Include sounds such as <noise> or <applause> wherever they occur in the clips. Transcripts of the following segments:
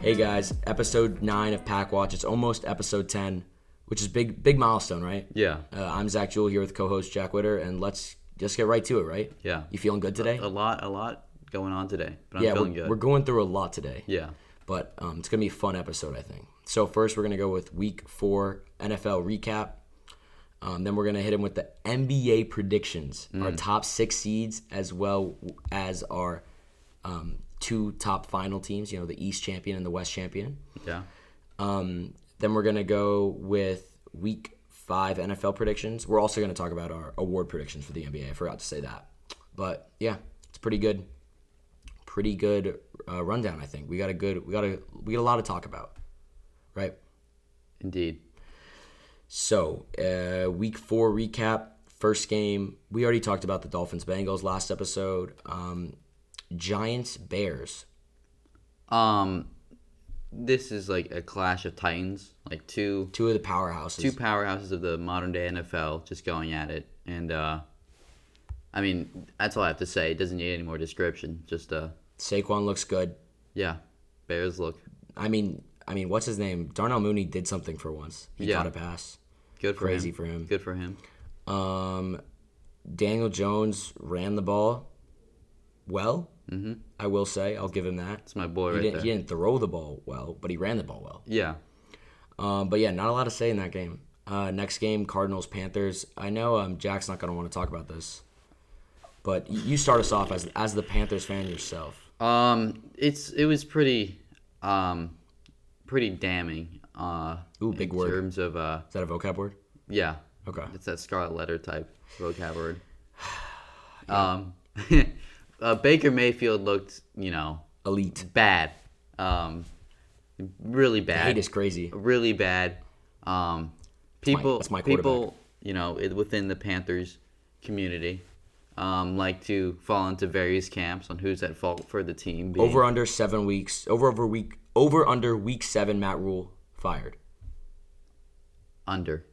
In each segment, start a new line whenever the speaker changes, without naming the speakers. Hey guys, episode nine of Pack Watch. It's almost episode ten, which is big, big milestone, right?
Yeah.
Uh, I'm Zach Jewell here with co-host Jack Witter, and let's just get right to it, right?
Yeah.
You feeling good today?
a lot, a lot going on today, but I'm
yeah,
feeling
we're,
good.
we're going through a lot today,
yeah.
but um, it's gonna be a fun episode, I think. So first, we're gonna go with Week Four NFL recap. Um, then we're gonna hit him with the NBA predictions,
Mm.
our top six seeds, as well as our um, two top final teams. You know, the East champion and the West champion.
Yeah.
Um, then we're gonna go with week five NFL predictions. We're also gonna talk about our award predictions for the NBA. I forgot to say that, but yeah, it's pretty good, pretty good uh, rundown. I think we got a good, we got a, we got a lot to talk about, right?
Indeed.
So uh, week four recap. First game, we already talked about the Dolphins Bengals last episode. Um, Giants Bears.
Um, this is like a clash of titans, like two
Two of the powerhouses.
two powerhouses of the modern day NFL just going at it, and uh, I mean that's all I have to say. It doesn't need any more description. Just uh,
Saquon looks good.
yeah, Bears look
I mean, I mean, what's his name? Darnell Mooney did something for once. He
Yeah.
caught a pass.
good for
Crazy
him.
for him.
Good for him.
Um, Daniel Jones ran the ball well. Mm-hmm. I will say, I'll give him that.
It's my boy
He
right
didn't,
there.
he didn't throw the ball well, but he ran the ball well.
Yeah.
Um, but yeah, not a lot to say in that game. Uh, next game, Cardinals Panthers. I know um, Jack's not going to want to talk about this, but y- you start us off as as the Panthers fan yourself.
Um, it's it was pretty, um, pretty damning. Uh,
Ooh, big
in
word.
terms of uh,
Is that a vocab word?
Yeah.
Okay.
It's that scarlet letter type
<sighs>
vocab word. Um, <laughs> uh, Baker Mayfield looked, you know,
Elite.
bad. Um, really
Hate
bad.
is crazy.
Really bad. Um, people,
that's my
people, you know, it, within the Panthers community, um, like to fall into various camps on who's at fault for the team. Being,
Over under seven weeks. Over over week. Over under week seven. Matt Rule fired.
under.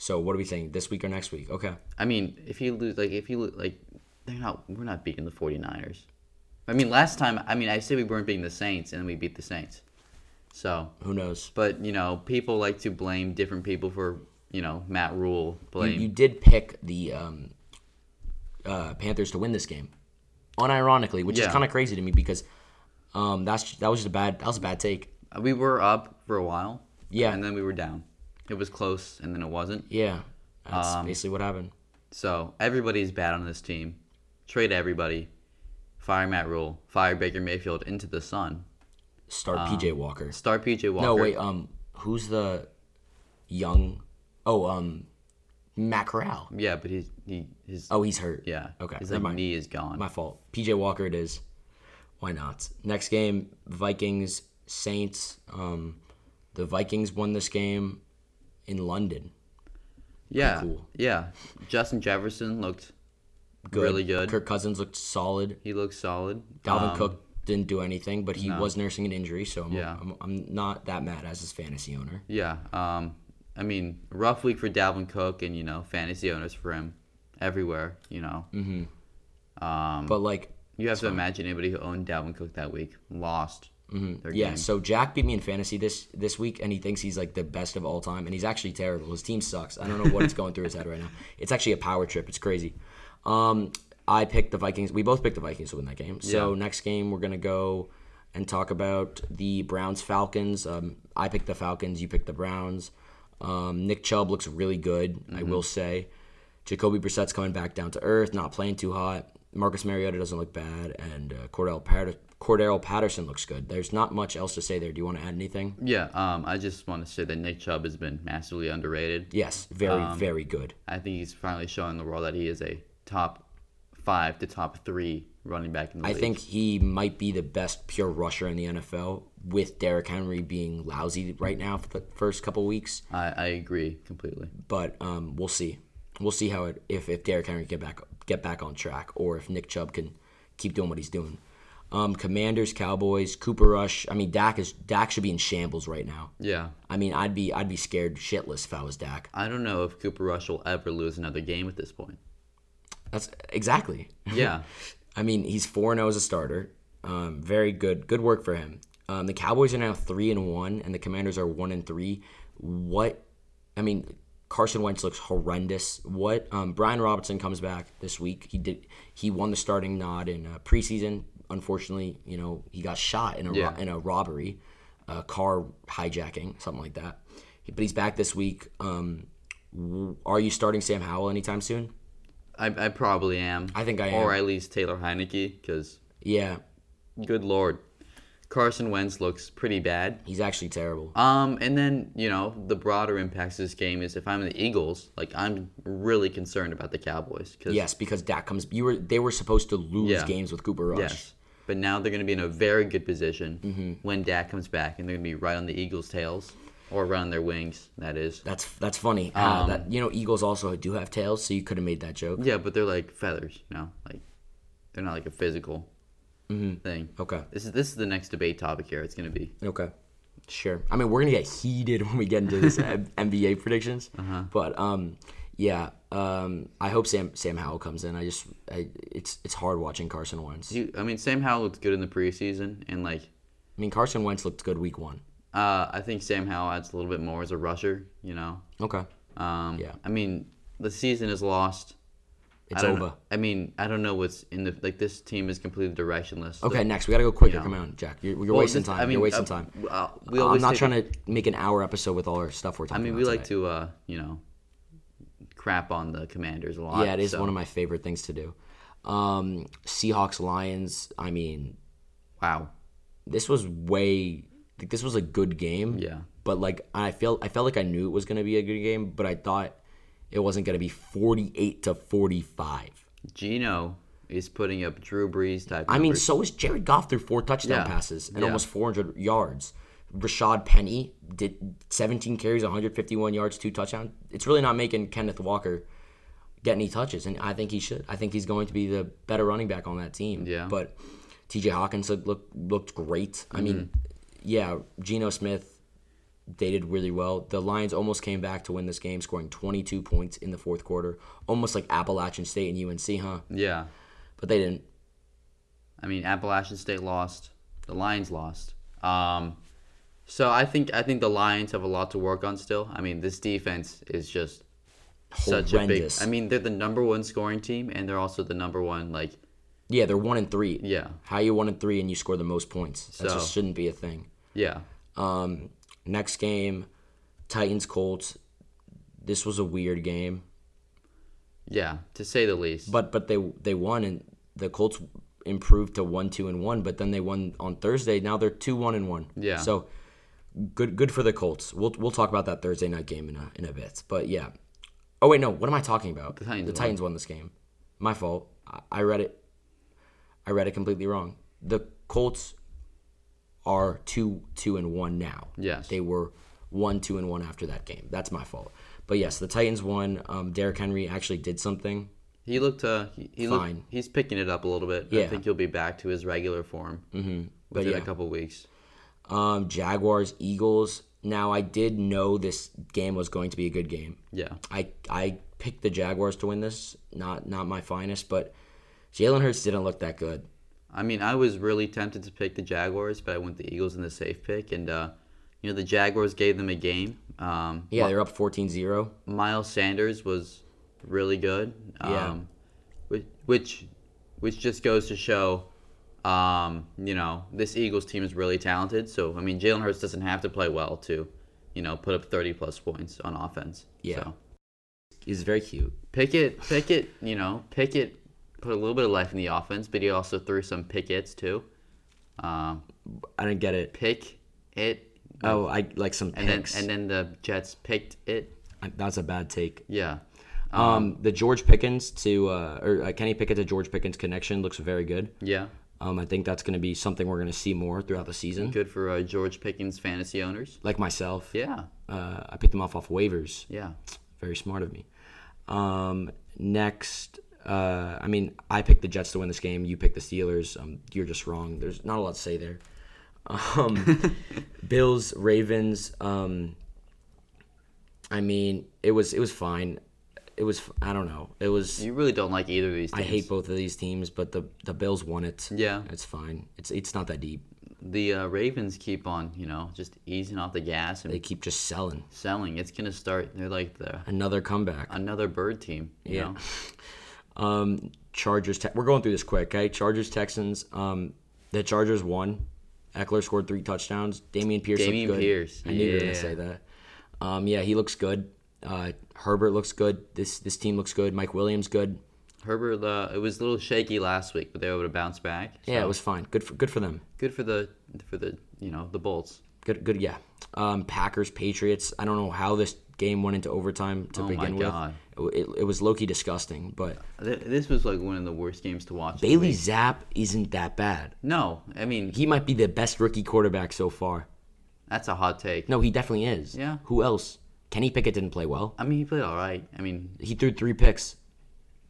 So what are we saying? This week or next week? Okay.
I mean, if you lose, like, if you lose, like, they're not, we're not beating the 49ers. I mean, last time, I mean, I said we weren't beating the Saints, and we beat the Saints. So,
Who knows?
but, you know, people like to blame different people for, you know, Matt Rule
You,
blame.
you did pick the um, uh, Panthers to win this game, unironically, which is
Yeah.
kind of crazy to me because um, that's that was just a bad that was a bad take.
we were up for a while.
Yeah.
And then we were down. It was close, and then it wasn't.
Yeah, that's basically what happened.
So, everybody's bad on this team. Trade everybody. Fire Matt Rule. Fire Baker Mayfield into the sun.
Start PJ Walker.
Star PJ Walker.
No, wait. Um, who's the young? Oh, um, Matt Corral.
Yeah, but he's, he, his,
Oh, he's hurt.
yeah.
Okay,
His
never
like,
mind.
knee is gone.
My fault. PJ Walker. It is. Why not? Next game, Vikings Saints. Um, the Vikings won this game in London.
Yeah,
cool.
yeah. Justin Jefferson looked really good.
Kirk Cousins looked solid.
He looked solid.
Dalvin
Um,
Cook didn't do anything, but he was nursing an injury, so I'm,
Yeah.
I'm, I'm not that mad as his fantasy owner.
Yeah. Um, I mean, rough week for Dalvin Cook, and you know, fantasy owners for him everywhere. You know,
Mm-hmm.
Um,
But like,
you have to imagine anybody who owned Dalvin Cook that week lost their
yeah.
game.
So Jack beat me in fantasy this this week, and he thinks he's like the best of all time, and he's actually terrible. His team sucks. I don't know what it's going through his head
<laughs>
right now. It's actually a power trip. It's crazy. Um, I picked the Vikings. We both picked the Vikings to win that game. So next game we're gonna go and talk about the Browns Falcons. Um, I picked the Falcons. You picked the Browns. Um, Nick Chubb looks really good. I
Mm-hmm.
will say. Jacoby Brissett's coming back down to earth, not playing too hot. Marcus Mariota doesn't look bad, and uh, Cordell, Pat- Cordell Patterson looks good. There's not much else to say there. Do you want to add anything?
Yeah. Um, I just want to say that Nick Chubb has been massively underrated.
Yes, very, very good.
I think he's finally showing the world that he is a top five to top three running back in the
I
league.
think he might be the best pure rusher in the NFL, with Derrick Henry being lousy right now for the first couple weeks.
I, I agree completely.
But um, we'll see. We'll see how it if if Derrick Henry get back get back on track, or if Nick Chubb can keep doing what he's doing. Um, Commanders, Cowboys, Cooper Rush. I mean, Dak is Dak should be in shambles right now.
Yeah.
I mean, I'd be I'd be scared shitless if I was Dak.
I don't know if Cooper Rush will ever lose another game at
<laughs>
this point.
That's exactly. <laughs>
Yeah.
oh I mean, he's four and zero as a starter. Um, very good, good work for him. Um, the Cowboys are now three and one, and the Commanders are one and three. What? I mean, Carson Wentz looks horrendous. What? Um, Brian Robinson comes back this week. He did. He won the starting nod in uh, preseason. Unfortunately, you know, he got shot in a ro-
Yeah.
in a robbery, a car hijacking, something like that. But he's back this week. Um, w- are you starting Sam Howell anytime soon?
I, I probably am.
I think I
Or
am.
at least Taylor Heineke, because
Yeah,
good lord, Carson Wentz looks pretty bad.
he's actually terrible.
Um, and then you know the broader impacts of this game is if I'm the Eagles, like I'm really concerned about the Cowboys. 'cause-
Yes, because Dak comes. You were they were supposed to lose
Yeah.
games with Cooper Rush.
Yes. But now they're going to be in a very good position
Mm-hmm.
when Dak comes back, and they're going to be right on the Eagles' tails or right on their wings. That is.
That's that's funny. Uh,
Um,
that, you know, Eagles also do have tails, so you could have made that joke.
Yeah, but they're like feathers, you know, like they're not like a physical
Mm-hmm.
thing.
Okay.
This is this is the next debate topic here. It's going to be
Okay. Sure. I mean, we're gonna get heated <laughs> when we get into
<laughs>
this M- NBA predictions.
Uh-huh.
But um, yeah. Um, I hope Sam Sam Howell comes in. I just I, it's it's hard watching Carson Wentz.
Do you- I mean, Sam Howell looked good in the preseason, and like,
I mean, Carson Wentz looked good week one.
uh, I think Sam Howell adds a little bit more as a rusher. You know,
Okay.
um,
Yeah.
I mean, the season is lost.
It's
I don't
over.
Know, I mean, I don't know what's in the like. This team is completely directionless.
Okay, next we gotta go quicker.
Yeah.
Come on, Jack. You're, you're wasting time. you're
uh,
wasting time.
we
I'm
always
not
take-
trying to make an hour episode with all our stuff we're
I
talking
mean,
about.
we like
today.
to, uh, you know, crap on the Commanders a lot.
Yeah, it is
so-
one of my favorite things to do. Um, Seahawks Lions. I mean,
wow.
this was way. Like, this was a good game.
Yeah.
But like, I feel I felt like I knew it was gonna be a good game, but I thought it wasn't gonna be forty eight to forty five.
Gino is putting up Drew Brees type.
I mean,
numbers.
so is Jared Goff threw four touchdown
Yeah.
passes and
Yeah.
almost 400 yards. Rashad Penny did 17 carries, 151 yards, two touchdowns. It's really not making Kenneth Walker get any touches, and I think he should. I think he's going to be the better running back on that team.
Yeah.
But T.J. Hawkins looked looked, looked great. I mean,
Mm-hmm.
yeah, Geno Smith. They did really well. The Lions almost came back to win this game, scoring 22 points in the fourth quarter, almost like Appalachian State and UNC, huh?
yeah.
But they didn't.
I mean, Appalachian State lost. The Lions lost. Um, so I think I think the Lions have a lot to work on still. I mean, this defense is just such a big.
Horrendous.
I mean, they're the number one scoring team, and they're also the number one like
Yeah, they're one and three.
yeah
How you one and three and you score the most points? That
So-
just shouldn't be a thing.
yeah
Um, next game, Titans Colts. This was a weird game,
yeah to say the least.
but but they they won and the Colts improved to one two and one. But then they won on Thursday. Now they're two one and one.
Yeah.
So good good for the Colts. We'll we'll talk about that Thursday night game in a in a bit. But yeah. Oh wait, no. What am I talking about? The
Titans
The
won.
Titans won this game. My fault. I, I read it. I read it completely wrong. The Colts are two two and one now.
Yes.
they were one two and one after that game. That's my fault. But yes, the Titans won. Um, Derrick Henry actually did something.
He looked uh he, he looked-
Fine.
he's picking it up a little bit. I
Yeah.
think he'll be back to his regular form mm-hmm. within
yeah.
a couple weeks.
Um, Jaguars Eagles. Now I did know this game was going to be a good game.
Yeah.
I I picked the Jaguars to win this. Not not my finest, but Jalen Hurts didn't look that good.
I mean, I was really tempted to pick the Jaguars, but I went the Eagles in the safe pick and uh you know, the Jaguars gave them a game. Um
Yeah, they're up 14-0.
Miles Sanders was really good. Um
Yeah.
which which which just goes to show um, you know, this Eagles team is really talented. So I mean Jalen Hurts doesn't have to play well to, you know, put up thirty plus points on offense.
Yeah.
So.
He's very cute.
Pickett, Pickett, you know, Pickett put a little bit of life in the offense, but he also threw some pick hits too. Um,
I didn't get it.
pick it,
Oh, I like some
and then
picks.
and then the Jets picked it.
That's a bad take.
Yeah, Oh.
Um, the George Pickens to uh, or uh, Kenny Pickett to George Pickens connection looks very good.
yeah.
Um, I think that's going to be something we're going to see more throughout the season.
Good for uh, George Pickens fantasy owners.
Like myself,
Yeah,
uh, I picked them off off waivers.
yeah.
Very smart of me. Um, next, uh, I mean, I picked the Jets to win this game. You picked the Steelers. Um, you're just wrong. There's not a lot to say there.
<laughs>
Um, Bills, Ravens. Um, I mean, it was it was fine. It was I don't know. It was
You really don't like either of these. Teams.
I hate both of these teams, but the the Bills won it.
Yeah.
it's fine. It's it's not that deep.
the uh, Ravens keep on, you know, just easing off the gas and
They keep just selling
selling. It's gonna start. They're like the
another comeback.
another bird team. You
Yeah.
know?
Um, Chargers. Te- we're going through this quick, okay? Chargers Texans. Um, the Chargers won. Eckler scored three touchdowns. Damian Pierce. looked
Damian
good.
Pierce,
I knew you were gonna
yeah.
say that. Um, yeah, he looks good. Uh, Herbert looks good. This this team looks good. Mike Williams good.
Herbert. Uh, it was a little shaky last week, but they were able to bounce back.
Yeah,
so
it was fine. Good for good for them.
good for the for the you know the Bolts.
Good good yeah. Um, Packers Patriots. I don't know how this game went into overtime to
Oh my
begin with.
God.
It, it was low key disgusting, but
Th- This was like one of the worst games to watch. this
Bailey
week.
Zapp isn't that bad.
No, I mean
He might be the best rookie quarterback so far.
that's a hot take.
No, he definitely is.
Yeah.
Who else? Kenny Pickett didn't play well.
I mean he played all right. I mean,
He threw three picks.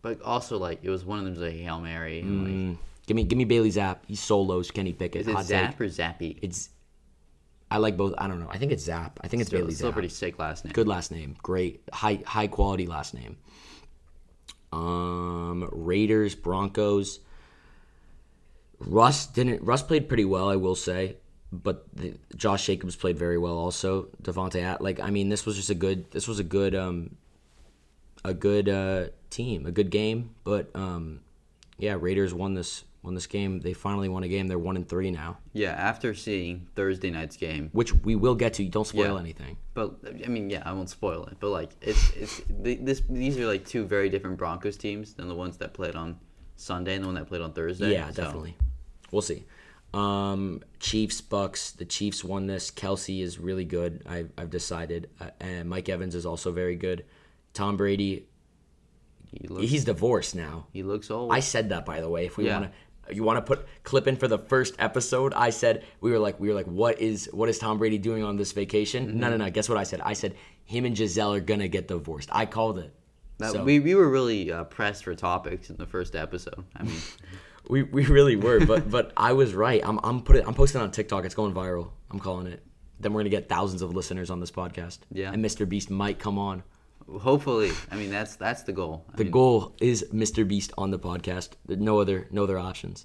but also like it was one of them's a hail mary. And, like,
Give me, give me Bailey Zapp. He solos Kenny Pickett.
Is it
Mm, Hot
Zap
take.
or Zappy?
It's. I like both. I don't know. I think it's Zapp. I think it's
still,
Bailey
still
Zapp.
pretty sick last name.
Good last name. Great. High, high quality last name. Um, Raiders, Broncos. Russ didn't. Russ played pretty well, I will say, but the, Josh Jacobs played very well also. Devontae, At- like I mean, this was just a good. This was a good. Um, a good uh, team, a good game, but um, yeah, Raiders won this won this game. They finally won a game. They're one and three now,
Yeah, after seeing Thursday night's game,
which we will get to. Don't spoil
Yeah.
anything.
but I mean, yeah, I won't spoil it. But like, it's it's th- this these are like two very different Broncos teams than the ones that played on Sunday and the one that played on Thursday.
Yeah,
so-
definitely. We'll see. Um, Chiefs, Bucks. The Chiefs won this. Kelsey is really good. I, I've decided, uh, and Mike Evans is also very good. Tom Brady,
He looks
he's divorced now.
he looks old.
I said that by the way. If we
Yeah.
want to, you want to put clip in for the first episode. I said we were like we were like, what is what is Tom Brady doing on this vacation? No, no,
Mm-hmm.
no. Guess what I said? I said him and Giselle are gonna get divorced. I called it.
That-
so-
we, we were really uh, pressed for topics in the first episode. I mean, <laughs>
We, we really were, but but I was right. I'm I'm putting I'm posting on TikTok. It's going viral. I'm calling it. Then we're gonna get thousands of listeners on this podcast.
Yeah.
And Mr. Beast might come on.
hopefully, I mean that's that's the goal. I
The
mean,
goal is Mr. Beast on the podcast. There's No other no other options.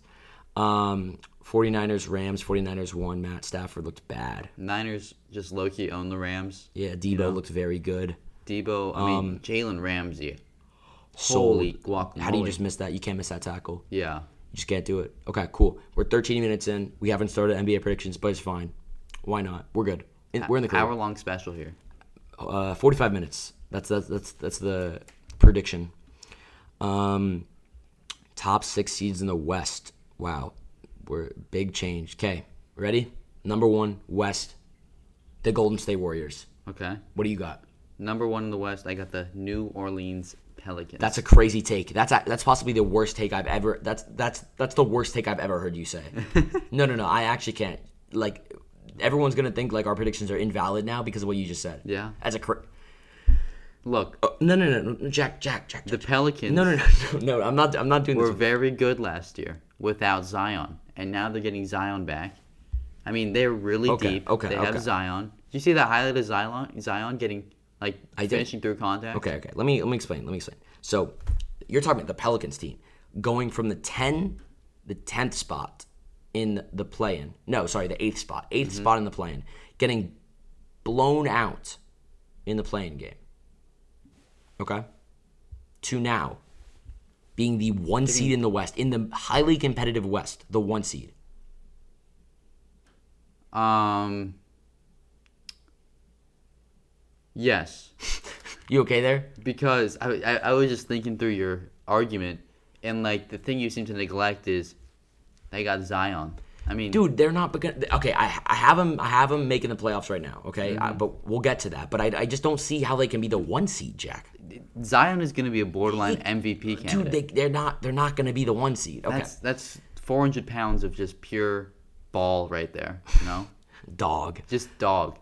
Um 49ers, Rams, 49ers won. Matt Stafford looked bad.
Niners just low key own the Rams.
Yeah, Debo looked very good.
Debo, I mean
Um,
Jalen Ramsey. Holy guacamole!
How do you just miss that? You can't miss that tackle.
yeah?
You just can't do it. Okay, cool. We're 13 minutes in. We haven't started NBA predictions, but it's fine. Why not? We're good. In- We're in the clear.
Uh, hour long special here.
uh, 45 minutes. That's that's that's that's the prediction. Um, top six seeds in the West. Wow, we're big change. Okay, ready? Number one West, the Golden State Warriors.
Okay.
What do you got?
Number one in the West, I got the New Orleans Pelicans.
That's a crazy take. That's a, that's possibly the worst take I've ever. That's that's that's the worst take I've ever heard you say. no, no, no. I actually can't. Like, everyone's gonna think like our predictions are invalid now because of what you just said.
Yeah.
That's a cra-
Look,
no, no, no, no, Jack, Jack, Jack.
the
Jack.
Pelicans
No, no, no, no, <laughs> no. I'm not. I'm not doing
were
this.
very good last year without Zion, and now they're getting Zion back. I mean, they're really
Okay,
deep.
okay,
they
okay.
have Zion. Did you see the highlight of Zion? Zion getting like finishing through contact.
Okay, okay. Let me let me explain. Let me explain. So, you're talking about the Pelicans team going from the ten, the tenth spot in the play-in. No, sorry, the eighth spot, 8th spot in the play-in, getting blown out in the play-in game. Okay, to now being the one seed in the West, in the highly competitive West, the one seed.
Um. Yes,
You okay there?
because I, I I was just thinking through your argument, and like the thing you seem to neglect is they got Zion. I mean,
dude, they're not begun. Okay, I, I have them. I have them making the playoffs right now. Okay,
Mm-hmm.
I, but we'll get to that. But I, I just don't see how they can be the one seed, Jack.
Zion is going to be a borderline MVP candidate.
Dude, they, they're not. They're not going to be the one seed. Okay,
That's that's 400 pounds of just pure ball right there. You know, <laughs>
dog.
just dog.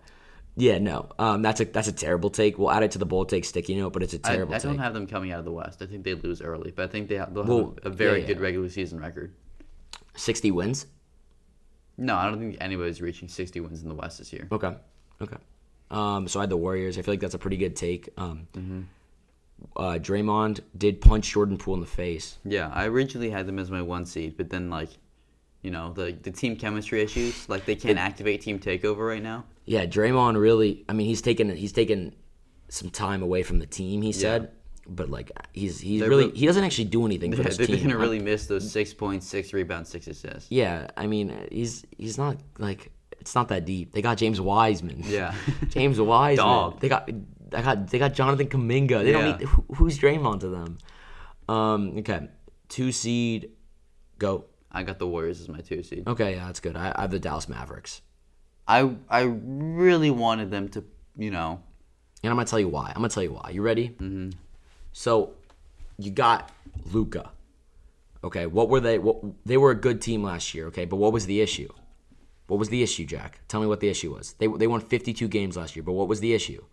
Yeah, no. Um, that's a that's a terrible take. We'll add it to the bold take sticky note, but it's a
I, I
terrible
don't
take.
have them coming out of the West. I think they lose early, but I think they have, they'll have
Well,
a very
yeah,
good
yeah.
regular season record.
Sixty wins.
No, I don't think anybody's reaching 60 wins in the West this year.
Okay. Okay. Um, so I had the Warriors. I feel like that's a pretty good take. Um,
Mm-hmm.
uh, Draymond did punch Jordan Poole in the face.
Yeah, I originally had them as my one seed, but then like you know, the the team chemistry issues. Like they can't activate team takeover right now.
Yeah, Draymond really. I mean, he's taken he's taken some time away from the team. He said, but like he's he's
They're
really
real-
he doesn't actually do anything for
Yeah,
his
they're
team.
gonna
I-
really miss those six points, six rebounds, six assists.
yeah, I mean, he's he's not like it's not that deep. They got James Wiseman.
Yeah. <laughs>
James Wiseman.
Dog.
They got they got they got Jonathan Kaminga. They
Yeah.
don't need who, who's Draymond to them. Um. Okay. Two seed. Go.
I got the Warriors as my two seed.
Okay. Yeah, that's good. I, I have the Dallas Mavericks,
I I really wanted them to, you know,
and I'm gonna tell you why. I'm gonna tell you why. You ready? Mm-hmm. So, you got Luca. Okay. What were they? What they were a good team last year. Okay, but what was the issue? What was the issue, Jack? Tell me what the issue was. They they won 52 games last year, but what was the issue?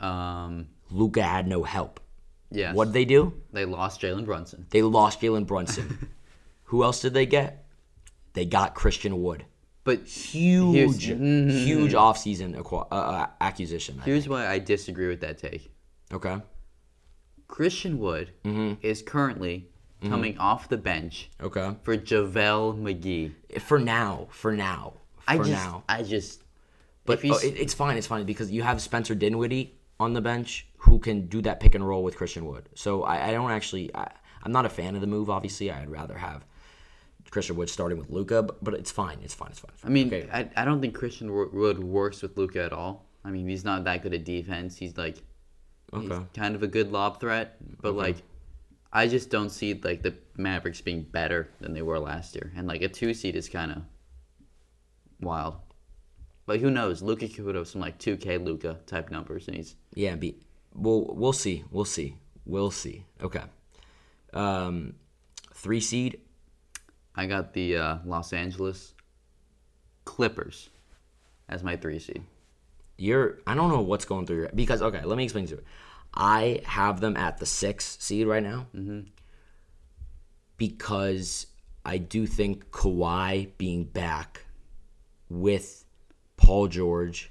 um,
Luca had no help.
yes,
What did they do?
they lost Jalen Brunson.
They lost Jalen
<laughs>
Brunson. Who else did they get? They got Christian Wood.
But
Huge,
Here's, Mm-hmm.
huge offseason acqu- uh, uh, acquisition. I think.
here's why I disagree with that take.
Okay.
Christian Wood
Mm-hmm.
is currently coming off the bench
Okay.
for JaVale McGee.
For now, for now, for
I just,
now.
I just,
But
if he's,
oh, it, it's fine. It's fine because you have Spencer Dinwiddie on the bench who can do that pick and roll with Christian Wood. So I, I don't actually. I, I'm not a fan of the move. Obviously, I'd rather have Christian Wood starting with Luca. But, but it's fine. It's fine. It's fine. it's
I
fine.
mean,
Okay.
I, I don't think Christian Wo- Wood works with Luca at all. I mean, he's not that good at defense. He's like, he's
Okay.
kind of a good lob threat, but like, I just don't see like the Mavericks being better than they were last year. And like a two seed is kind of wild. But who knows? Luca could put up some like two K Luca type numbers, and he's
Yeah, be we'll we'll see. We'll see. We'll see. Okay. Um three seed.
I got the uh, Los Angeles Clippers as my three seed.
You're I don't know what's going through your because okay, let me explain to you. I have them at the six seed right now. Mm-hmm. Because I do think Kawhi being back with Paul George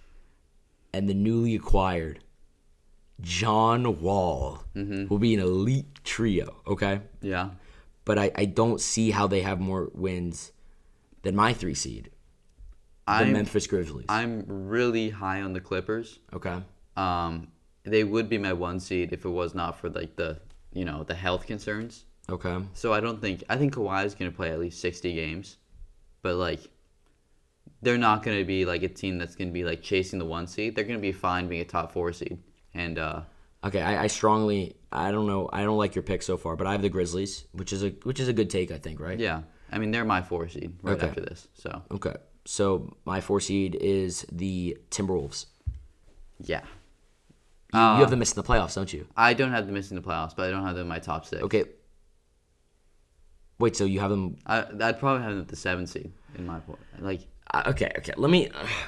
and the newly acquired John Wall
Mm-hmm.
will be an elite trio, okay?
Yeah,
but I, I don't see how they have more wins than my three seed, the
I'm
Memphis Grizzlies.
I'm really high on the Clippers.
okay.
Um, they would be my one seed if it was not for like the you know the health concerns.
Okay.
So I don't think I think Kawhi is going to play at least sixty games, but like they're not going to be like a team that's going to be like chasing the one seed. They're going to be fine being a top four seed. And uh,
Okay. I, I strongly I don't know I don't like your pick so far, but I have the Grizzlies, which is a which is a good take I think, right?
yeah, I mean they're my four seed right
Okay.
after this. So
Okay. So my four seed is the Timberwolves.
yeah,
You, you have them missing the playoffs, don't you?
I don't have them missing the playoffs, but I don't have them in my top six.
Okay. Wait. So you have them?
I, I'd probably have them at the seven seed in my point. Like
Uh, okay. Okay. Let me. <sighs>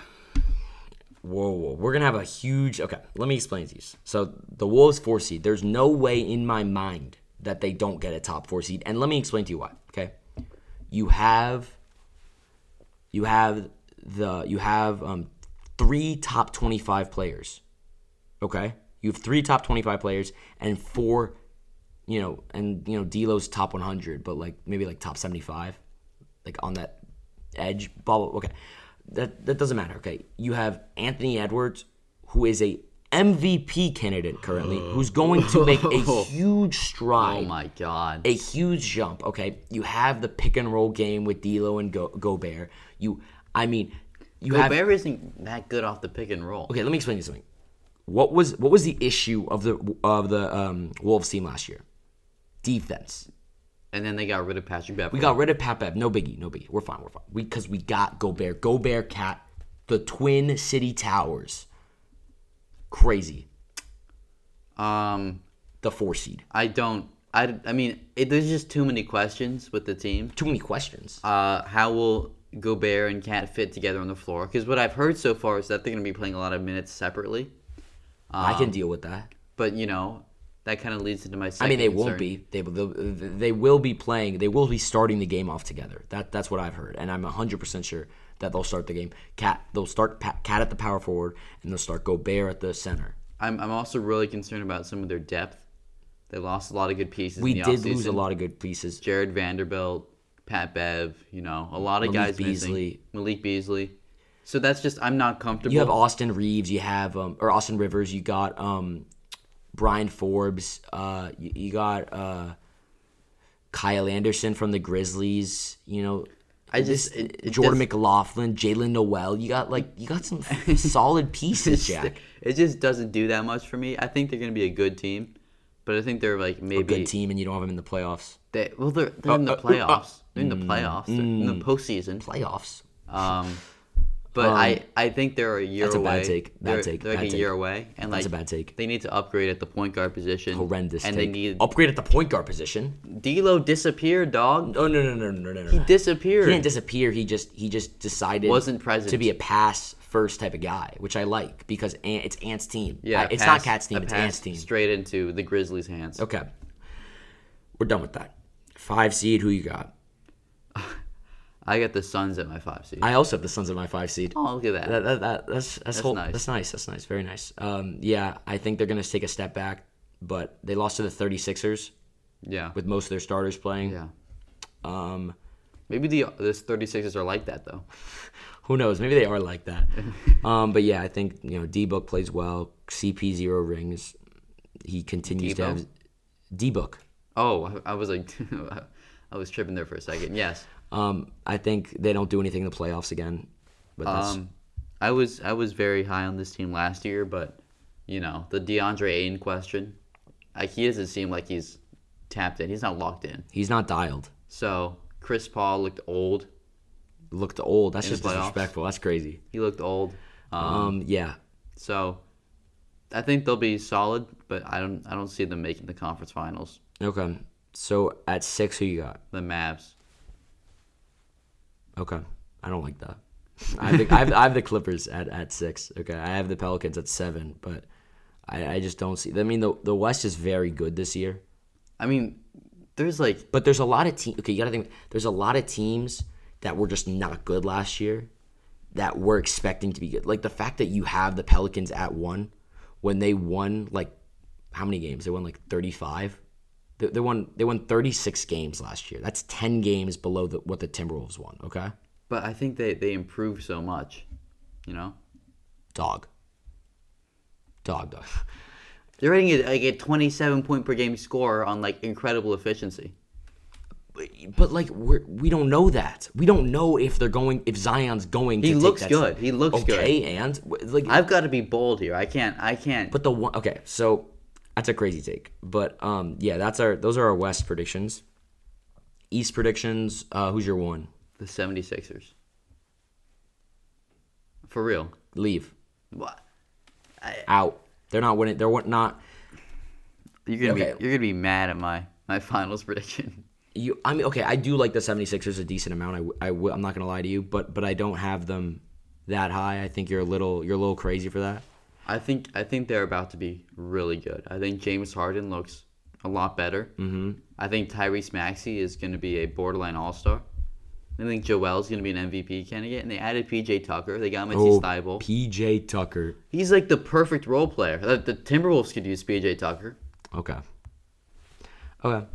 whoa, whoa. We're gonna have a huge. Okay, let me explain these. So the Wolves four seed. There's no way in my mind that they don't get a top four seed, and let me explain to you why. Okay, you have, you have the you have um, three top twenty five players. Okay, you have three top twenty five players and four, you know, and you know D'Lo's top one hundred, but like maybe like top seventy five, like on that edge. Blah blah. Okay that that doesn't matter. Okay, you have Anthony Edwards, who is a MVP candidate currently, who's going to make a huge
oh
stride,
my god,
a huge jump. Okay, you have the pick and roll game with D'Lo and Go- Gobert. You, I mean, you have.
Gobert isn't that good off the pick and roll.
Okay, let me explain you something. What was what was the issue of the of the um, Wolves team last year? Defense.
And then they got rid of Patrick Beverly.
We got rid of Papeb. No biggie. No biggie. We're fine. We're fine. We because we got Gobert. Gobert cat. The Twin City Towers. Crazy.
Um,
The four seed.
I don't. I, I mean, it, there's just too many questions with the team.
Too many questions.
Uh, how will Gobert and Cat fit together on the floor? Because what I've heard so far is that they're going to be playing a lot of minutes separately.
I can deal with that.
But you know, that kind of leads into my. Second
I mean, they won't
concern.
be. They will. they'll- They will be playing. They will be starting the game off together. That that's what I've heard, and I'm 100 percent sure that they'll start the game. Cat. They'll start Pat, Cat at the power forward, and they'll start Gobert at the center.
I'm, I'm also really concerned about some of their depth. They lost a lot of good pieces.
We
in the
did lose a
offseason.
lot of good pieces.
Jared Vanderbilt, Pat Bev, you know, a lot of
Malik
guys missing.
Beasley.
Malik Beasley. So that's just I'm not comfortable.
You have Austin Reeves. You have um, or Austin Rivers. You got um, Brian Forbes. Uh, you, you got uh, Kyle Anderson from the Grizzlies. You know,
I just-
this-
it- it
Jordan
just-
McLaughlin, Jalen Noel. You got like you got <laughs> some solid pieces, Jack.
<laughs> It just doesn't do that much for me. I think they're going to be a good team, but I think they're like maybe
Good team, and you don't have him in the playoffs.
They, well, they're, they're in the
uh, uh,
playoffs. they're in the playoffs. They're in the
mm.
postseason.
Playoffs. Um,
Um, but I, I think they're a year
that's a
away.
bad take. Bad
they're,
take.
They're like
Bad
a
take.
year away, and
That's
like
a bad take.
they need to upgrade at the point guard position.
Horrendous.
And
take. Oh.
they need
upgrade at the point guard position.
D'Lo disappeared, dog.
Oh no no no no no no.
He
no.
disappeared.
He didn't disappear. He just he just decided
Wasn't present.
to be a pass first type of guy, which I like because Ant, it's Ant's team.
yeah,
I-
a
it's
pass-
not Cat's
a
team. It's
pass
Ant's team.
Straight into the Grizzlies' hands.
Okay, we're done with that. Five seed. Who you got?
I got the Suns at my five seed.
I also have the Suns at my five seed.
oh, look at that.
That, that, that, that's that's, whole-
nice.
That's nice. That's nice. Very nice. Um, yeah, I think they're gonna take a step back, but they lost to the 36ers
yeah.
with most of their starters playing.
yeah.
Um,
Maybe the this 36ers are like that though.
who knows? Maybe they are like that.
<laughs>
um, but yeah, I think you know D Book plays well. CP zero rings. He continues to
Debo?
have D Book.
Oh, I, I was like, <laughs> I was tripping there for a second. Yes.
Um, I think they don't do anything in the playoffs again. But that's,
Um, I was I was very high on this team last year, but you know the DeAndre Ayton question, like he doesn't seem like he's tapped in. He's not locked in.
he's not dialed.
So Chris Paul looked old.
Looked old. That's
In the
just
playoffs?
disrespectful. That's crazy.
He looked old. Um,
Um, yeah.
so I think they'll be solid, but I don't I don't see them making the conference finals.
Okay. So at six, who you got?
The Mavs.
Okay. I don't like that. <laughs> I have the, I have, I have the Clippers at, at six. Okay. I have the Pelicans at seven, but I, I just don't see. I mean, the the West is very good this year.
I mean, there's like
But there's a lot of teams. Okay, you gotta think. There's a lot of teams that were just not good last year that we're expecting to be good. Like the fact that you have the Pelicans at one when they won like how many games? They won like 35. They, they won they won 36 games last year. That's 10 games below the, what the Timberwolves won. Okay,
But I think they, they improved so much, you know.
dog, dog, <laughs> dog.
They're hitting a, like a twenty seven point per game score on like incredible efficiency.
But like we're, we don't know that. We don't know if they're going if Zion's going.
He
to take
looks
that-
good. He looks good.
Okay, and W- like
I've got to be bold here. I can't. I can't.
But the one okay, so that's a crazy take. But um yeah, that's our those are our West predictions. East predictions, uh who's your one?
the 76ers. For real.
Leave.
What?
Out. They're not winning. They're wa- not
You're gonna
Okay.
be you're gonna be mad at my my <laughs> finals prediction.
you I mean okay, I do like the 76ers a decent amount. I, w- I will, I'm not going to lie to you, but but I don't have them that high. I think you're a little you're a little crazy for that.
I think I think they're about to be really good. I think James Harden looks a lot better. Mm-hmm. I think Tyrese Maxey is going to be a borderline All Star. I think Joel's going to be an MVP candidate, and they added PJ Tucker. They got Matisse
Oh,
Thybulle.
PJ Tucker.
He's like the perfect role player. The, the Timberwolves could use PJ Tucker.
Okay. Okay.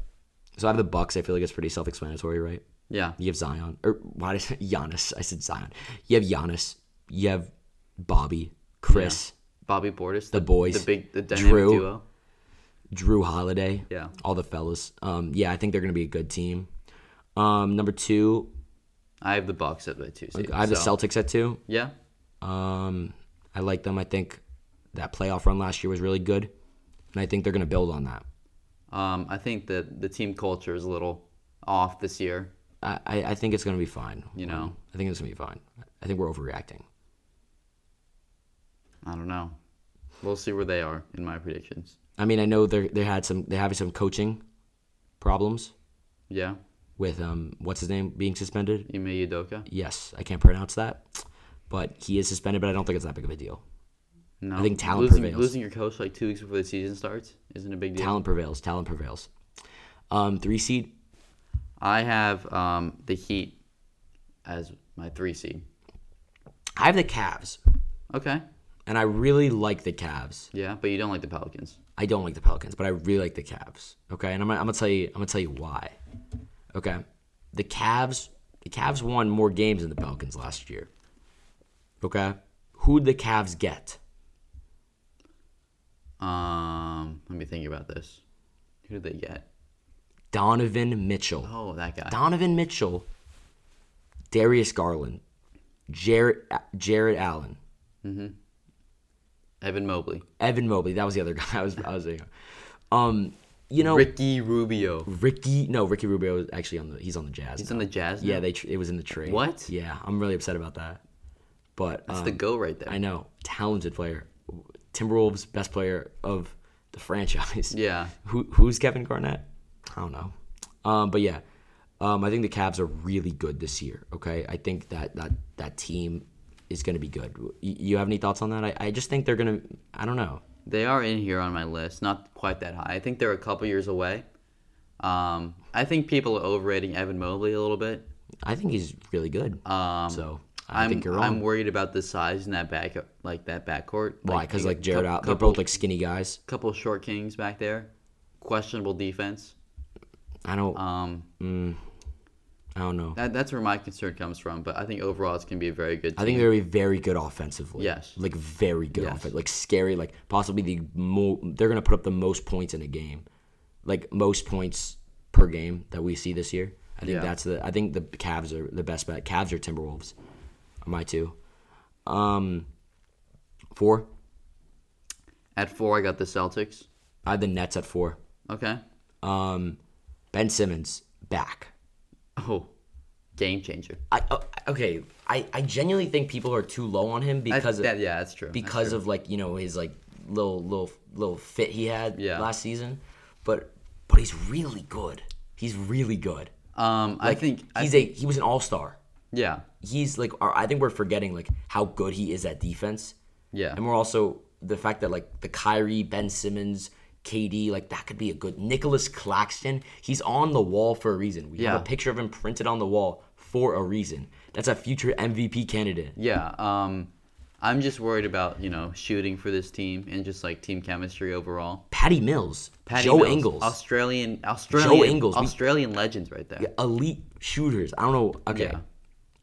So I have the Bucks. I feel like it's pretty self-explanatory, right?
Yeah,
You have Zion. Or why did Giannis? I <laughs> said Zion. You have Giannis. You have Bobby, Chris,
Bobby Portis, the,
boys.
the big, the dynamic
Drew.
duo.
Drew Holiday.
Yeah.
All the fellas. Um, yeah, I think they're gonna be a good team. Um, number two,
I have the Bucks at my two seed.
I have the
so-
Celtics at two.
Yeah,
Um, I like them. I think that playoff run last year was really good, and I think they're gonna build on that.
um, I think that the team culture is a little off this year.
I, I I think it's gonna be fine. Um,
You know.
I think it's gonna be fine. I think we're overreacting.
I don't know. We'll see where they are in my predictions.
I mean, I know they they had some they're having some coaching problems
Yeah,
with um what's his name being suspended.
Ime Udoka.
Yes, I can't pronounce that, but he is suspended. But I don't think it's that big of a deal.
No,
I think talent
losing,
prevails.
Losing your coach like two weeks before the season starts isn't a big deal.
Talent prevails. Talent prevails. Um, three seed.
I have um, the Heat as my three seed.
I have the Cavs,
Okay.
and I really like the Cavs.
Yeah, but you don't like the Pelicans.
I don't like the Pelicans, but I really like the Cavs. Okay, and I'm, gonna- I'm gonna tell you. I'm gonna tell you why. Okay, the Cavs the Cavs won more games than the Pelicans last year. Okay? Who'd the Cavs get?
Um, let me think about this. Who did they get?
Donovan Mitchell.
Oh, that guy.
Donovan Mitchell, Darius Garland, Jared Jared Allen,
Evan Mobley.
Evan Mobley. That was the other <laughs> guy. I was I was thinking. Um, you know
Ricky Rubio.
Ricky. No, Ricky Rubio is actually on the. He's on the Jazz.
He's on the Jazz.
yeah,
now?
they. Tr- it was in the trade.
What?
Yeah, I'm really upset about that. But
That's
um,
the go right there.
I know talented player, Timberwolves best player of the <laughs> franchise.
Yeah.
Who who's Kevin Garnett? I don't know. Um, but yeah, um, I think the Cavs are really good this year. Okay, I think that that that team is going to be good. You, you have any thoughts on that? I, I just think they're going to. I don't know.
They are in here on my list, not quite that high. I think they're a couple years away. Um, I think people are overrating Evan Mobley a little bit.
I think he's really good.
Um,
so I
I'm
think you're
I'm
wrong.
worried about the size in that back like that backcourt.
Why? Because like Jared,
cou-
Al- they're
couple,
both like skinny guys.
couple short kings back there, questionable defense.
I don't.
Um,
I don't know.
that, that's where my concern comes from. But I think overall it's gonna be a very good. Team.
I think they're gonna be very good offensively.
Yes.
Like very good
Yes.
offense. Like scary. Like possibly the mo. They're gonna put up the most points in a game, like most points per game that we see this year. I think
Yeah.
that's the. I think the Cavs are the best bet. Cavs or Timberwolves, are my two. Um, four.
at four. I got the Celtics.
I had the Nets at four.
Okay.
Um, Ben Simmons back.
Oh, game changer.
I uh, okay. I I genuinely think people are too low on him
That-
because of-
that- yeah, that's true. That's
because of like you know his like little little little fit he had
Yeah.
last season, but but he's really good. He's really good.
Um, I think I
He's a he was an all star.
yeah,
He's like our- I think we're forgetting like how good he is at defense,
yeah.
and we're also the fact that like the Kyrie, Ben Simmons, KD like that could be a good Nicholas Claxton. He's on the wall for a reason. We have
Yeah.
a picture of him printed on the wall for a reason. That's a future MVP candidate.
Yeah, um, I'm just worried about you know shooting for this team and just like team chemistry overall.
Patty Mills,
Patty
Joe
Mills,
Ingles,
Australian, Australian,
Ingles, we-
Australian legends right there.
elite shooters. I don't know. Okay,
Yeah.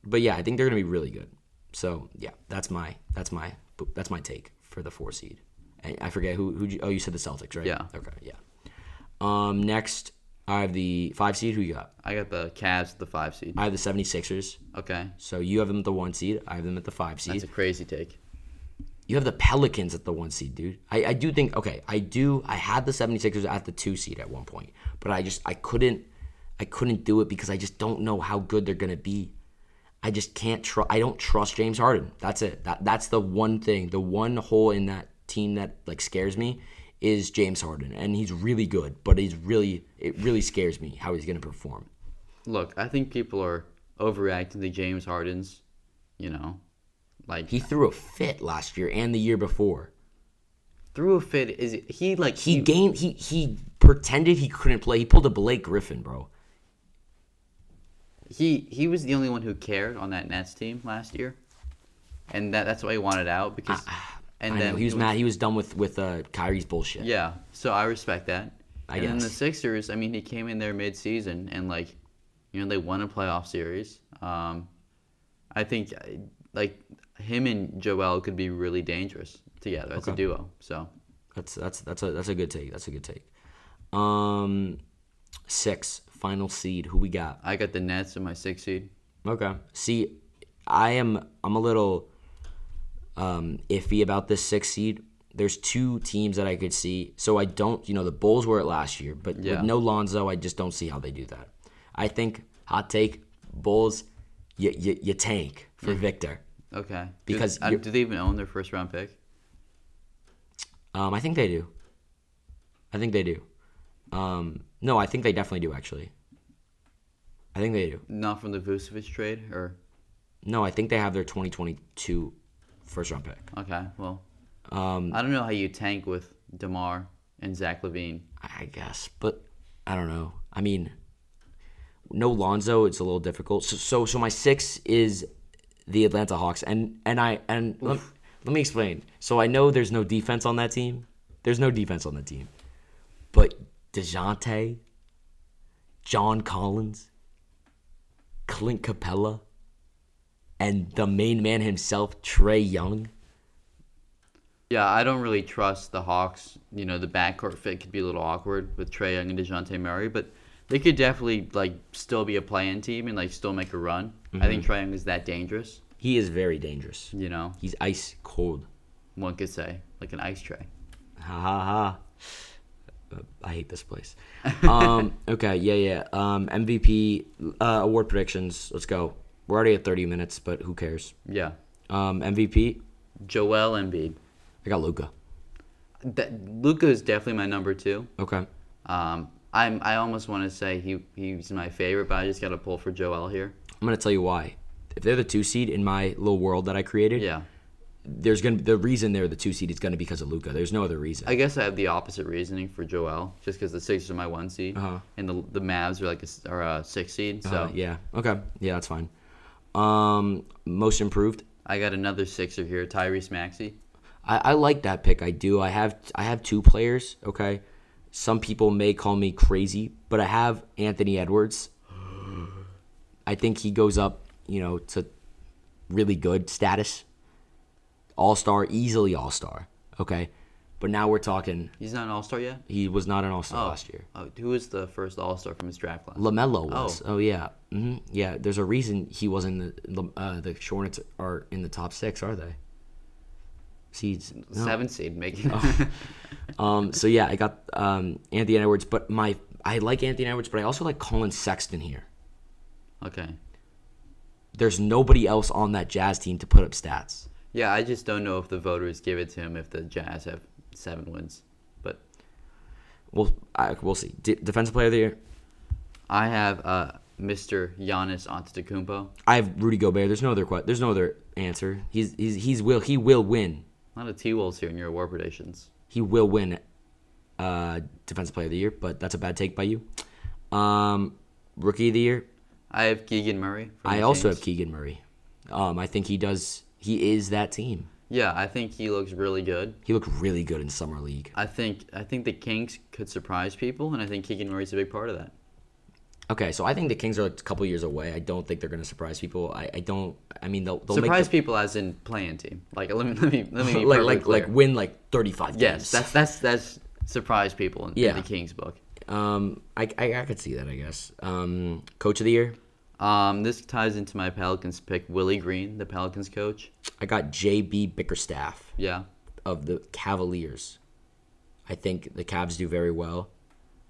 but yeah, I think they're gonna be really good. So yeah, that's my that's my that's my take for the four seed. And I forget who who. you- Oh, you said the Celtics, right?
Yeah.
Okay. Yeah. Um. Next, I have the five seed. Who you got?
I got the Cavs at the five seed.
I have the 76ers.
Okay,
So you have them at the one seed. I have them at the five seed.
that's a crazy take.
You have the Pelicans at the one seed, dude. I, I do think, okay, I do. I had the 76ers at the two seed at one point, but I just, I couldn't, I couldn't do it because I just don't know how good they're going to be. I just can't trust, I don't trust James Harden. That's it. That, that's the one thing, the one hole in that team that like scares me is James Harden. And he's really good, but he's really, it really scares me how he's going to perform.
Look, I think people are overreacting to James Harden's, you know, like
He
he
threw a fit last year and the year before.
threw a fit. Is it- he like
He gained. He he pretended he couldn't play. He pulled a Blake Griffin, bro.
he he was the only one who cared on that Nets team last year, and that that's why he wanted out because. and
I
then
know. he was mad. He was done with with uh, Kyrie's bullshit.
Yeah, so I respect that.
I
and then the
guess.
Sixers, I mean, he came in there mid-season and like, you know, they won a playoff series. Um, I think uh, like him and Joel could be really dangerous together as a duo. So
That's that's that's a that's a good take. That's a good take. Um, six final seed. Who we got?
I got the Nets in my six seed.
Okay. See, I am I'm a little um iffy about this six seed. There's two teams that I could see. So I don't, you know, the Bulls were it last year, but
Yeah.
with no Lonzo, I just don't see how they do that. I think hot take Bulls, you you, you tank for
Mm-hmm.
Victor.
Okay. Do-
Because
uh, do,
you're-
they even own their first round pick?
Um, I think they do. I think they do. Um, no, I think they definitely do actually. I think they do.
Not from the Vucevic trade, or
No, I think they have their 2022 first round pick.
okay, well,
Um,
I don't know how you tank with Demar and Zach Levine.
I guess, but I don't know. I mean, no Lonzo, it's a little difficult. So, so, so my six is the Atlanta Hawks, and and I and let, let me explain. So I know there's no defense on that team. There's no defense on that team, but Dejounte, John Collins, Clint Capella, and the main man himself, Trey Young.
Yeah, I don't really trust the Hawks. You know, the backcourt fit could be a little awkward with Trey Young and Dejounte Murray, but they could definitely like still be a play-in team and like still make a run. I think Trey Young is that dangerous.
He is very dangerous.
You know,
He's ice cold.
one could say like an ice tray.
Ha ha ha. Uh, I hate this place. Um, okay, yeah, yeah. Um, MVP uh, award predictions. Let's go. We're already at 30 minutes, but who cares?
Yeah,
Um, MVP.
Joel Embiid.
I got Luca.
That Luca is definitely my number two.
Okay.
Um, I'm I almost want to say he he's my favorite, but I just got to pull for Joel here.
I'm gonna tell you why. If they're the two seed in my little world that I created,
Yeah,
there's gonna the reason they're the two seed is gonna be because of Luca. There's no other reason.
I guess I have the opposite reasoning for Joel, just because the Sixers are my one seed
Uh-huh.
and the the Mavs are like a, s- are a six seed. So
Uh, yeah. Okay. Yeah, that's fine. Um, most improved.
I got another Sixer here, Tyrese Maxey.
I, I like that pick. I do. I have I have two players. Okay. Some people may call me crazy, but I have Anthony Edwards. I think he goes up, you know, to really good status. All star, easily all star. Okay. But now we're talking.
He's not an All Star yet.
He was not an all star
Oh.
last year.
Oh, who was the first All Star from his draft class?
Lamelo was. Oh, yeah, hmm yeah. There's a reason he was in the uh, the Hornets are in the top six, are they? Seeds. No. Oh.
Seven seed making.
Um. So yeah, I got um Anthony Edwards, but my I like Anthony Edwards, but I also like Colin Sexton here.
<laughs> okay.
There's nobody else on that Jazz team to put up stats.
Yeah, I just don't know if the voters give it to him if the Jazz have seven wins. But
We'll I, we'll see. D- defensive player of the year.
I have uh, Mr. Giannis Antetokounmpo.
I have Rudy Gobert. There's no other que- There's no other answer. He's he's he's will he will win.
A lot of T Wolves here in your war predictions.
he will win uh, defensive player of the year, but that's a bad take by you. Um, rookie of the year,
I have Keegan Murray. from
I
the
also
Kings.
have Keegan Murray. Um, I think he does. He is that team.
Yeah, I think he looks really good.
He looked really good in summer league.
I think I think the Kings could surprise people, and I think Keegan Murray's a big part of that.
Okay, so I think the Kings are a couple years away. I don't think they're going to surprise people. I, I don't. I mean, they'll, they'll
surprise
make
people as in playing team. Like let me let me let me
the, <laughs>
be
like
perfectly
like like
clear.
win like thirty five
yes,
games.
that's that's that's surprise people in, in
Yeah.
the Kings book.
um, I, I I could see that. I guess. Um, coach of the year,
Um, this ties into my Pelicans pick, Willie Green, the Pelicans coach.
I got J B Bickerstaff.
Yeah,
of the Cavaliers. I think the Cavs do very well,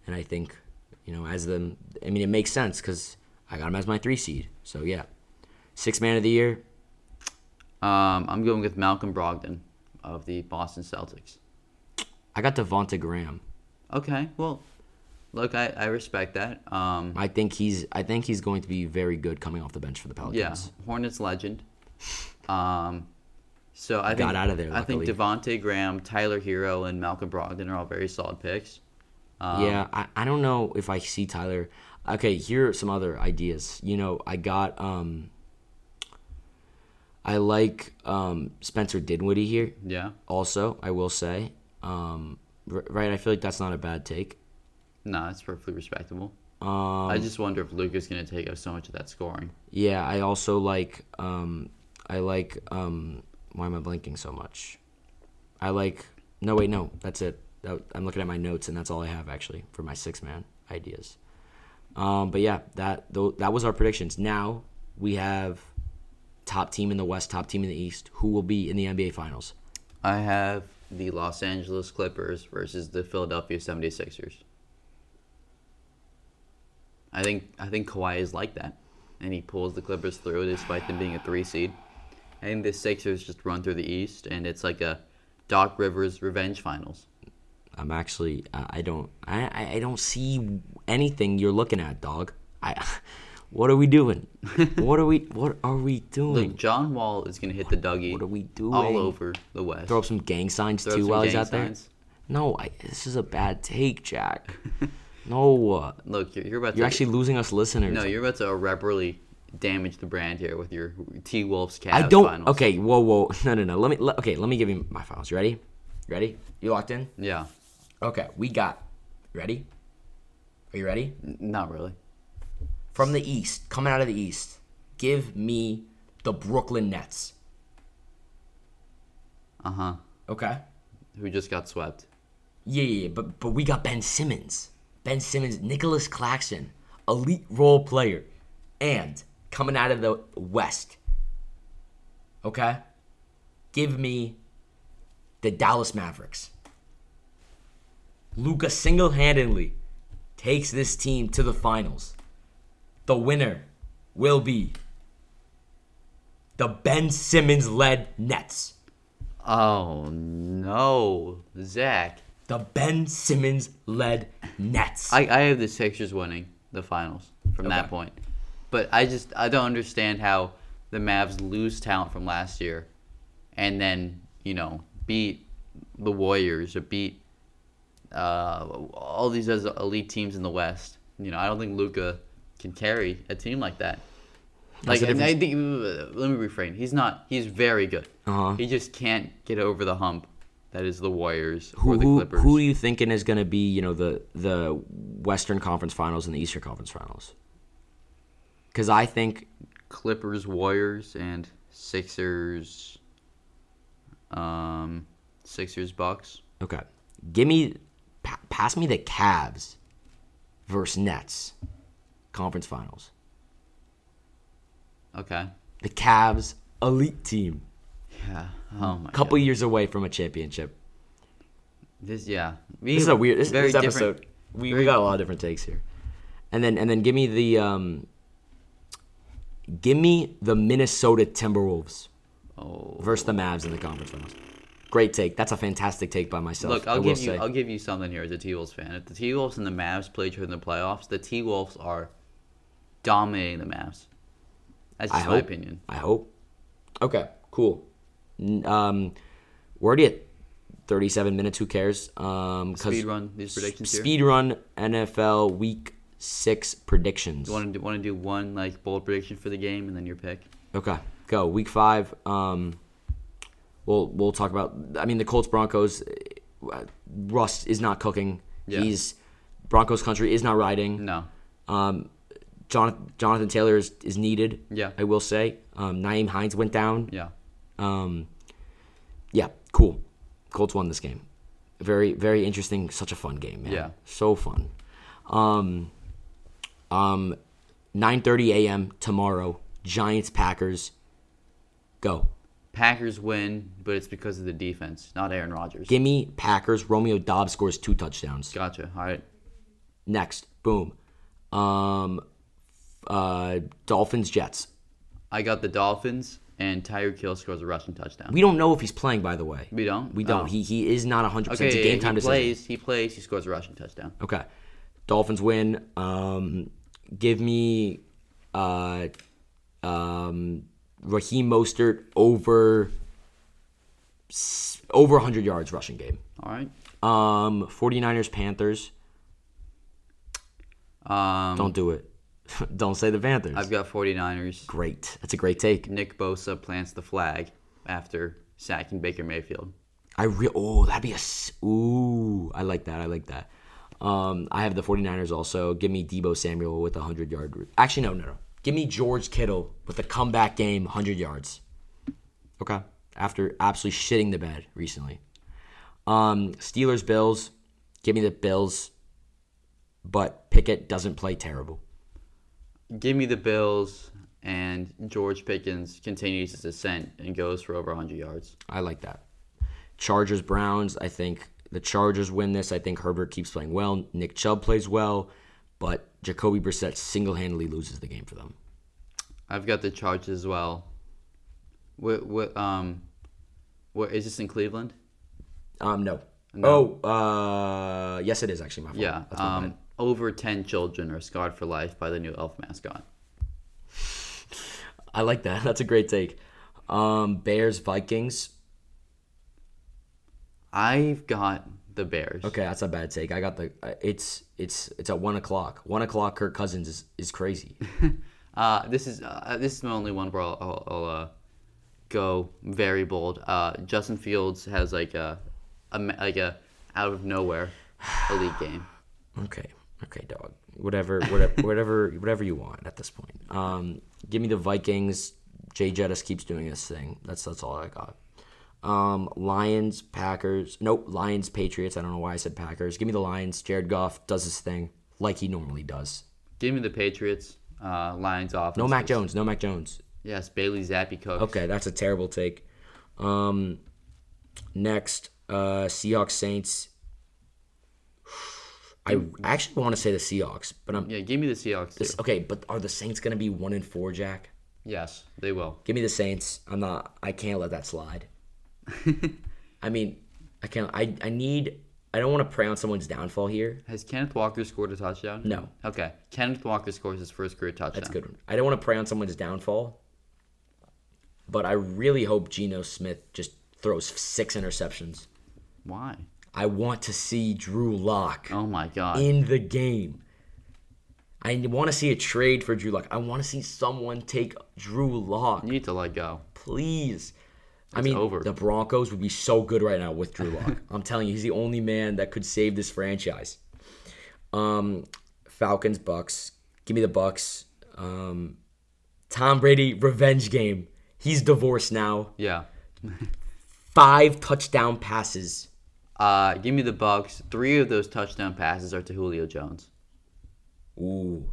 and I think you know as them. I mean, it makes sense because I got them as my three seed. So yeah, six man of the year.
um, I'm going with Malcolm Brogdon of the Boston Celtics.
I got Devonta Graham.
Okay, well, look, I, I respect that. Um,
I think he's. I think he's going to be very good coming off the bench for the Pelicans.
yeah, Hornets legend. Um, so I
Got
think,
out of there,
I think
luckily.
Devonte Graham, Tyler Hero, and Malcolm Brogdon are all very solid picks. Um,
yeah, I, I don't know if I see Tyler. Okay, here are some other ideas. You know, I got um I like um Spencer Dinwiddie here.
yeah,
also i will say um, r- right i feel like that's not a bad take
no, it's perfectly respectable.
um,
I just wonder if Luca's going to take up so much of that scoring.
yeah i also like um, i like um, why am i blanking so much i like no wait no that's it That- i'm looking at my notes and that's all i have actually for my six man ideas um, but yeah that tho- that was our predictions now we have top team in the west top team in the east who will be in the nba finals
I have the Los Angeles Clippers versus the Philadelphia 76ers. I think I think Kawhi is like that. And he pulls the Clippers through despite them being a three seed. I think the Sixers just run through the East and it's like a Doc Rivers revenge finals.
I'm actually I I don't I, I- I don't see anything you're looking at, dog. I <laughs> what are we doing? what are we what are we
Look,
doing?
John Wall is gonna hit the Dougie
what are we doing?
all over the West.
Throw up some gang signs
Throw up
too
some
while he's
gang
out
signs.
there. No, I, this is a bad take,
<laughs>
Jack. no, uh,
Look, you're, you're about
you're
to
actually losing us listeners.
<laughs> No, you're about to irreparably damage the brand here with your T Wolves Cavs
I don't.
finals.
Okay, whoa, whoa, <laughs> no, no, no. Let me. Let, okay, let me give you my files. You ready? You ready? You locked in?
Yeah.
Okay, we got. Ready? Are you ready?
N- Not really.
From the east, coming out of the east. Give me the Brooklyn Nets.
Uh huh.
Okay.
Who just got swept?
Yeah, yeah, yeah, but but we got Ben Simmons, Ben Simmons, Nicholas Claxton, elite role player, and coming out of the West. Okay, give me the Dallas Mavericks. Luca single-handedly takes this team to the finals. The winner will be the Ben Simmons-led Nets.
Oh no, Zach.
The Ben Simmons-led Nets.
I, I have the Sixers winning the finals from that
Okay.
point. But I just I don't understand how the Mavs lose talent from last year and then, you know, beat the Warriors or beat uh, all these other elite teams in the West. You know, I don't think Luca can carry a team like that. Like,
the
and I think, let me refrain. He's not. He's very good.
Uh-huh.
He just can't get over the hump. That is the Warriors
who,
or the
who,
Clippers.
who are you thinking is going to be you know the the Western Conference Finals and the Eastern Conference Finals? Because I think
Clippers, Warriors, and Sixers. Um, Sixers, Bucks.
okay, give me pa- pass me the Cavs versus Nets Conference Finals.
Okay.
The Cavs elite team,
Yeah. Oh my.
couple years away from a championship.
God. This yeah.
This is a weird this,
very
this
different-
episode. We, we got a lot of different takes here, and then and then give me the um, give me the Minnesota Timberwolves.
Oh.
versus the Mavs in the conference finals. Great take. That's a fantastic take by myself.
Look,
I
I'll
will
give you.
say.
I'll give you something here as a T Wolves fan. If the T Wolves and the Mavs play each other in the playoffs, the T Wolves are dominating the Mavs. That's
I
just my
hope.
opinion.
I hope. Okay, cool. N- Um, we're already at 37 minutes. Who cares? Um, 'cause
Speed run these predictions here.
Speed run NFL Week Six predictions.
You want to want to do one like bold prediction for the game and then your pick.
Okay, go week five. Um, we'll we'll talk about. I mean, the Colts Broncos. uh, Russ is not cooking.
Yeah.
He's Broncos country is not riding.
No.
Um, Jonathan, Jonathan Taylor is, is needed.
Yeah.
I will say. Um, Naeem Hines went down.
Yeah.
Um, yeah, cool. Colts won this game. Very, very interesting. Such a fun game, man.
Yeah.
So fun. Um, um, 9.30 a.m. tomorrow, Giants-Packers. Go.
Packers win, but it's because of the defense, not Aaron Rodgers.
Give me Packers. Romeo Dobbs scores two touchdowns.
Gotcha. All right.
Next. Boom. Um, uh, Dolphins-Jets.
I got the Dolphins, and Tyreek Hill scores a rushing touchdown.
We don't know if he's playing, by the way.
We don't?
We don't.
Oh.
He he is not 100%.
okay,
it's a
yeah,
game time
he
decision.
plays. He plays. He scores a rushing touchdown.
Okay. Dolphins win. Um, give me uh, um, Raheem Mostert over s- over 100 yards rushing game.
All right.
Um, 49ers Panthers.
Um,
Don't do it. <laughs> Don't say the Panthers.
I've got 49ers.
great. That's a great take.
Nick Bosa plants the flag after sacking Baker Mayfield.
I re- oh, that'd be a s- ooh, I like that. I like that. Um, I have the 49ers also. Give me Debo Samuel with a 100 yard. re- Actually, no, no, no. Give me George Kittle with a comeback game, 100 yards. Okay. After absolutely shitting the bed recently. Um, Steelers Bills. Give me the Bills. But Pickett doesn't play terrible.
Give me the Bills, and George Pickens continues his ascent and goes for over 100 yards.
I like that. Chargers Browns. I think the Chargers win this. I think Herbert keeps playing well. Nick Chubb plays well, but Jacoby Brissett single handedly loses the game for them.
I've got the Chargers as well. What? What? Um, what is this in Cleveland?
Um, no. Oh, uh, yes, it is actually my fault.
Yeah.
That's my
Um, over 10 children are scarred for life by the new elf mascot.
bad. I like that. <laughs> That's a great take. Um, Bears Vikings.
I've got the Bears.
Okay, that's a bad take. I got the. uh, It's it's it's at one o'clock. One o'clock. Kirk Cousins is is crazy.
Uh, this is uh, this is my only one where I'll, I'll, I'll uh, go very bold. Uh, Justin Fields has like a, a ma- like a out of nowhere elite game.
Okay. Okay, dog. Whatever, whatever, whatever, whatever you want at this point. Um, Give me the Vikings. Jay Jettis keeps doing his thing. That's that's all I got. Um, Lions, Packers. Nope, Lions, Patriots. I don't know why I said Packers. Give me the Lions. Jared Goff does his thing like he normally does.
Give me the Patriots. Uh, Lions offense.
No Mac Jones. No Mac Jones.
Yes, Bailey Zappy Cook.
Okay, that's a terrible take. Um, next, uh, Seahawks, Saints. <sighs> I actually want to say the Seahawks, but I'm
Yeah, give me the Seahawks. Too.
this- okay. But are the Saints gonna be one and four, Jack?
Yes, they will.
Give me the Saints. I'm not. I can't let that
<laughs>
slide. I mean, I can't. I I need. I don't want to prey on someone's downfall here.
Has Kenneth Walker scored a touchdown?
No.
Okay. Kenneth Walker scores his first career touchdown.
That's a good one. I don't want to prey on someone's downfall. But I really hope Geno Smith just throws six interceptions.
Why?
I want to see Drew Lock
Oh my God.
in the game. I want to see a trade for Drew Lock. I want to see someone take Drew Lock.
you need to let go.
please. I mean,
over.
the Broncos would be so good right now with Drew Lock. <laughs> I'm telling you, he's the only man that could save this franchise. Um, Falcons, Bucks. Give me the Bucks. Um, Tom Brady revenge game. He's divorced now.
Yeah.
Five touchdown passes.
Uh, give me the Bucks. Three of those touchdown passes are to Julio Jones.
Ooh,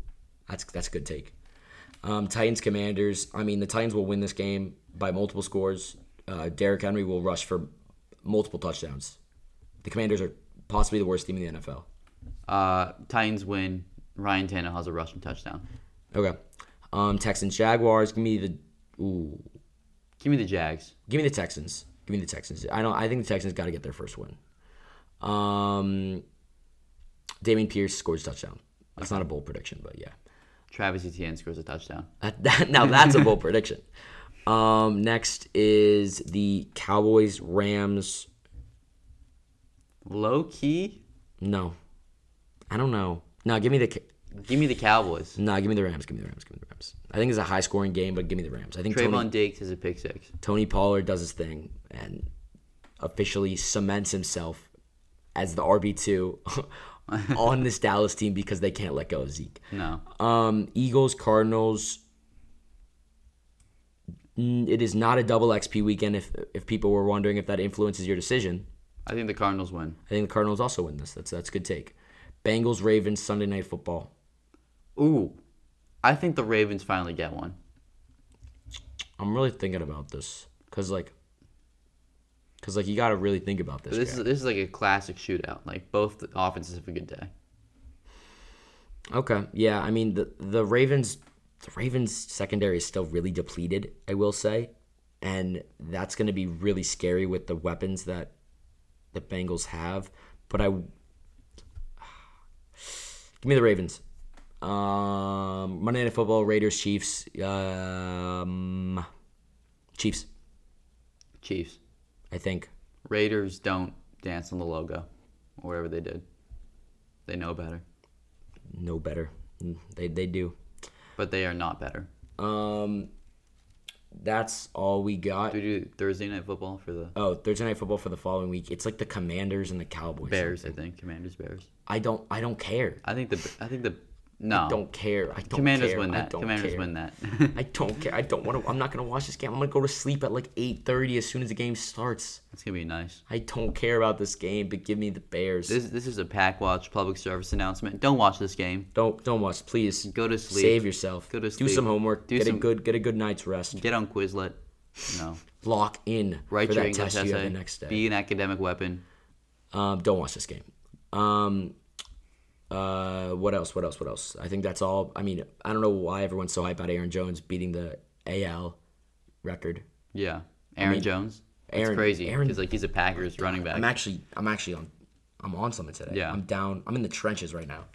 that's that's a good take. Um, Titans Commanders. I mean, the Titans will win this game by multiple scores. Uh, Derrick Henry will rush for multiple touchdowns. The Commanders are possibly the worst team in the NFL.
Uh, Titans win. Ryan Tannehill has a rushing touchdown.
Okay. Um, Texans Jaguars. Give me the ooh.
Give me the Jags.
Give me the Texans. Give me the Texans. I don't. I think the Texans got to get their first win. Um, Damien Pierce scores a touchdown. That's not a bold prediction, but yeah.
Travis Etienne scores a touchdown.
That, that, now that's a bold prediction. Um, next is the Cowboys Rams.
Low key.
No, I don't know. No, give me the Ca-
Give me the Cowboys.
no. Give me the Rams. Give me the Rams. Give me the Rams. I think it's a high scoring game, but give me the Rams. I think Tony,
Trayvon Diggs has a pick six.
Tony Pollard does his thing and officially cements himself as the RB two <laughs> on this Dallas team because they can't let go of Zeke.
No.
Um, Eagles, Cardinals. N- It is not a double XP weekend. If if people were wondering if that influences your decision,
I think the Cardinals win.
I think the Cardinals also win this. That's that's a good take. Bengals, Ravens, Sunday Night Football.
Ooh. I think the Ravens finally get one.
I'm really thinking about this because like, because like you got to really think about this.
This
Jack.
is this is like a classic shootout. Like both offenses have a good day.
Okay. Yeah. I mean the the Ravens the Ravens secondary is still really depleted. I will say, and that's going to be really scary with the weapons that the Bengals have. But I <sighs> give me the Ravens. Um, Monday Night Football, Raiders, Chiefs, um, Chiefs.
Chiefs.
I think.
Raiders don't dance on the logo, or whatever they did. They know better,
No better. Mm, They they do.
but they are not better.
Um, that's all we got.
Do we do Thursday night football for the
Oh, Thursday night football for the following week. It's like the Commanders and the Cowboys.
Bears? I think Commanders Bears.
I don't. I don't care.
I think the I think the no
Don't care. I don't
Commanders
care.
win
I
that.
don't
Commanders
care.
win that. <laughs>
I don't care. I don't want to. I'm not gonna watch this game. I'm gonna go to sleep at like 8:30 as soon as the game starts.
It's gonna be nice.
I don't care about this game, but give me the Bears.
This this is a pack watch public service announcement. Don't watch this game.
don't don't watch, please.
Go to sleep.
Save yourself.
Go to
Do
sleep.
some homework.
Do
get a
some-
good get a good night's rest.
Get on Quizlet. No.
Lock in
Write
for
your
that
English
test you have
essay.
the next day.
Be an academic weapon.
Um, don't watch this game. Um, uh, what else? What else? What else? I think that's all. I mean, I don't know why everyone's so hyped about Aaron Jones beating the AL record.
Yeah. Aaron Jones. That's
Aaron-
crazy.
Aaron-
Because like he's a Packers running back.
I'm actually, I'm actually on, I'm on something today.
Yeah.
I'm down. I'm in the trenches right
<laughs>
now.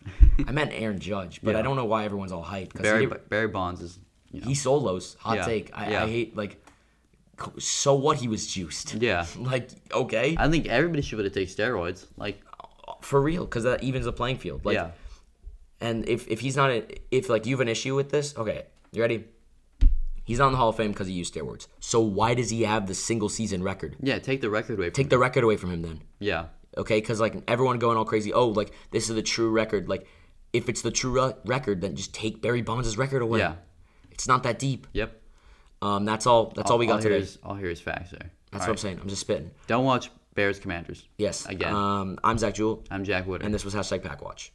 I meant Aaron Judge, but I don't know why everyone's all hyped because
Barry
he,
Barry Bonds is you know,
he solos. Hot
Yeah.
take. I,
Yeah.
I hate like. co- So what? He was juiced.
Yeah.
<laughs> like okay,
I think everybody should be able to take steroids. Like
for real, because that evens the playing field. Like,
yeah.
And if, if he's not, if like you have an issue with this, okay, you ready? He's not in the Hall of Fame because he used steroids. So why does he have the single season record?
Yeah, take the record away from
Take the record away from him then,
Yeah.
okay? Because like everyone going all crazy, oh, like this is the true record. Like if it's the true re- record, then just take Barry Bonds' record away.
Yeah.
It's not that deep.
Yep.
Um, that's all. That's all we got
here
today.
is- all here is facts there.
That's
All
what I'm
right.
saying. I'm just spitting.
Don't watch Bears Commanders.
Yes.
Again.
Um, I'm Zach Jewell,
I'm Jack Wood.
and this was hashtag Pack Watch.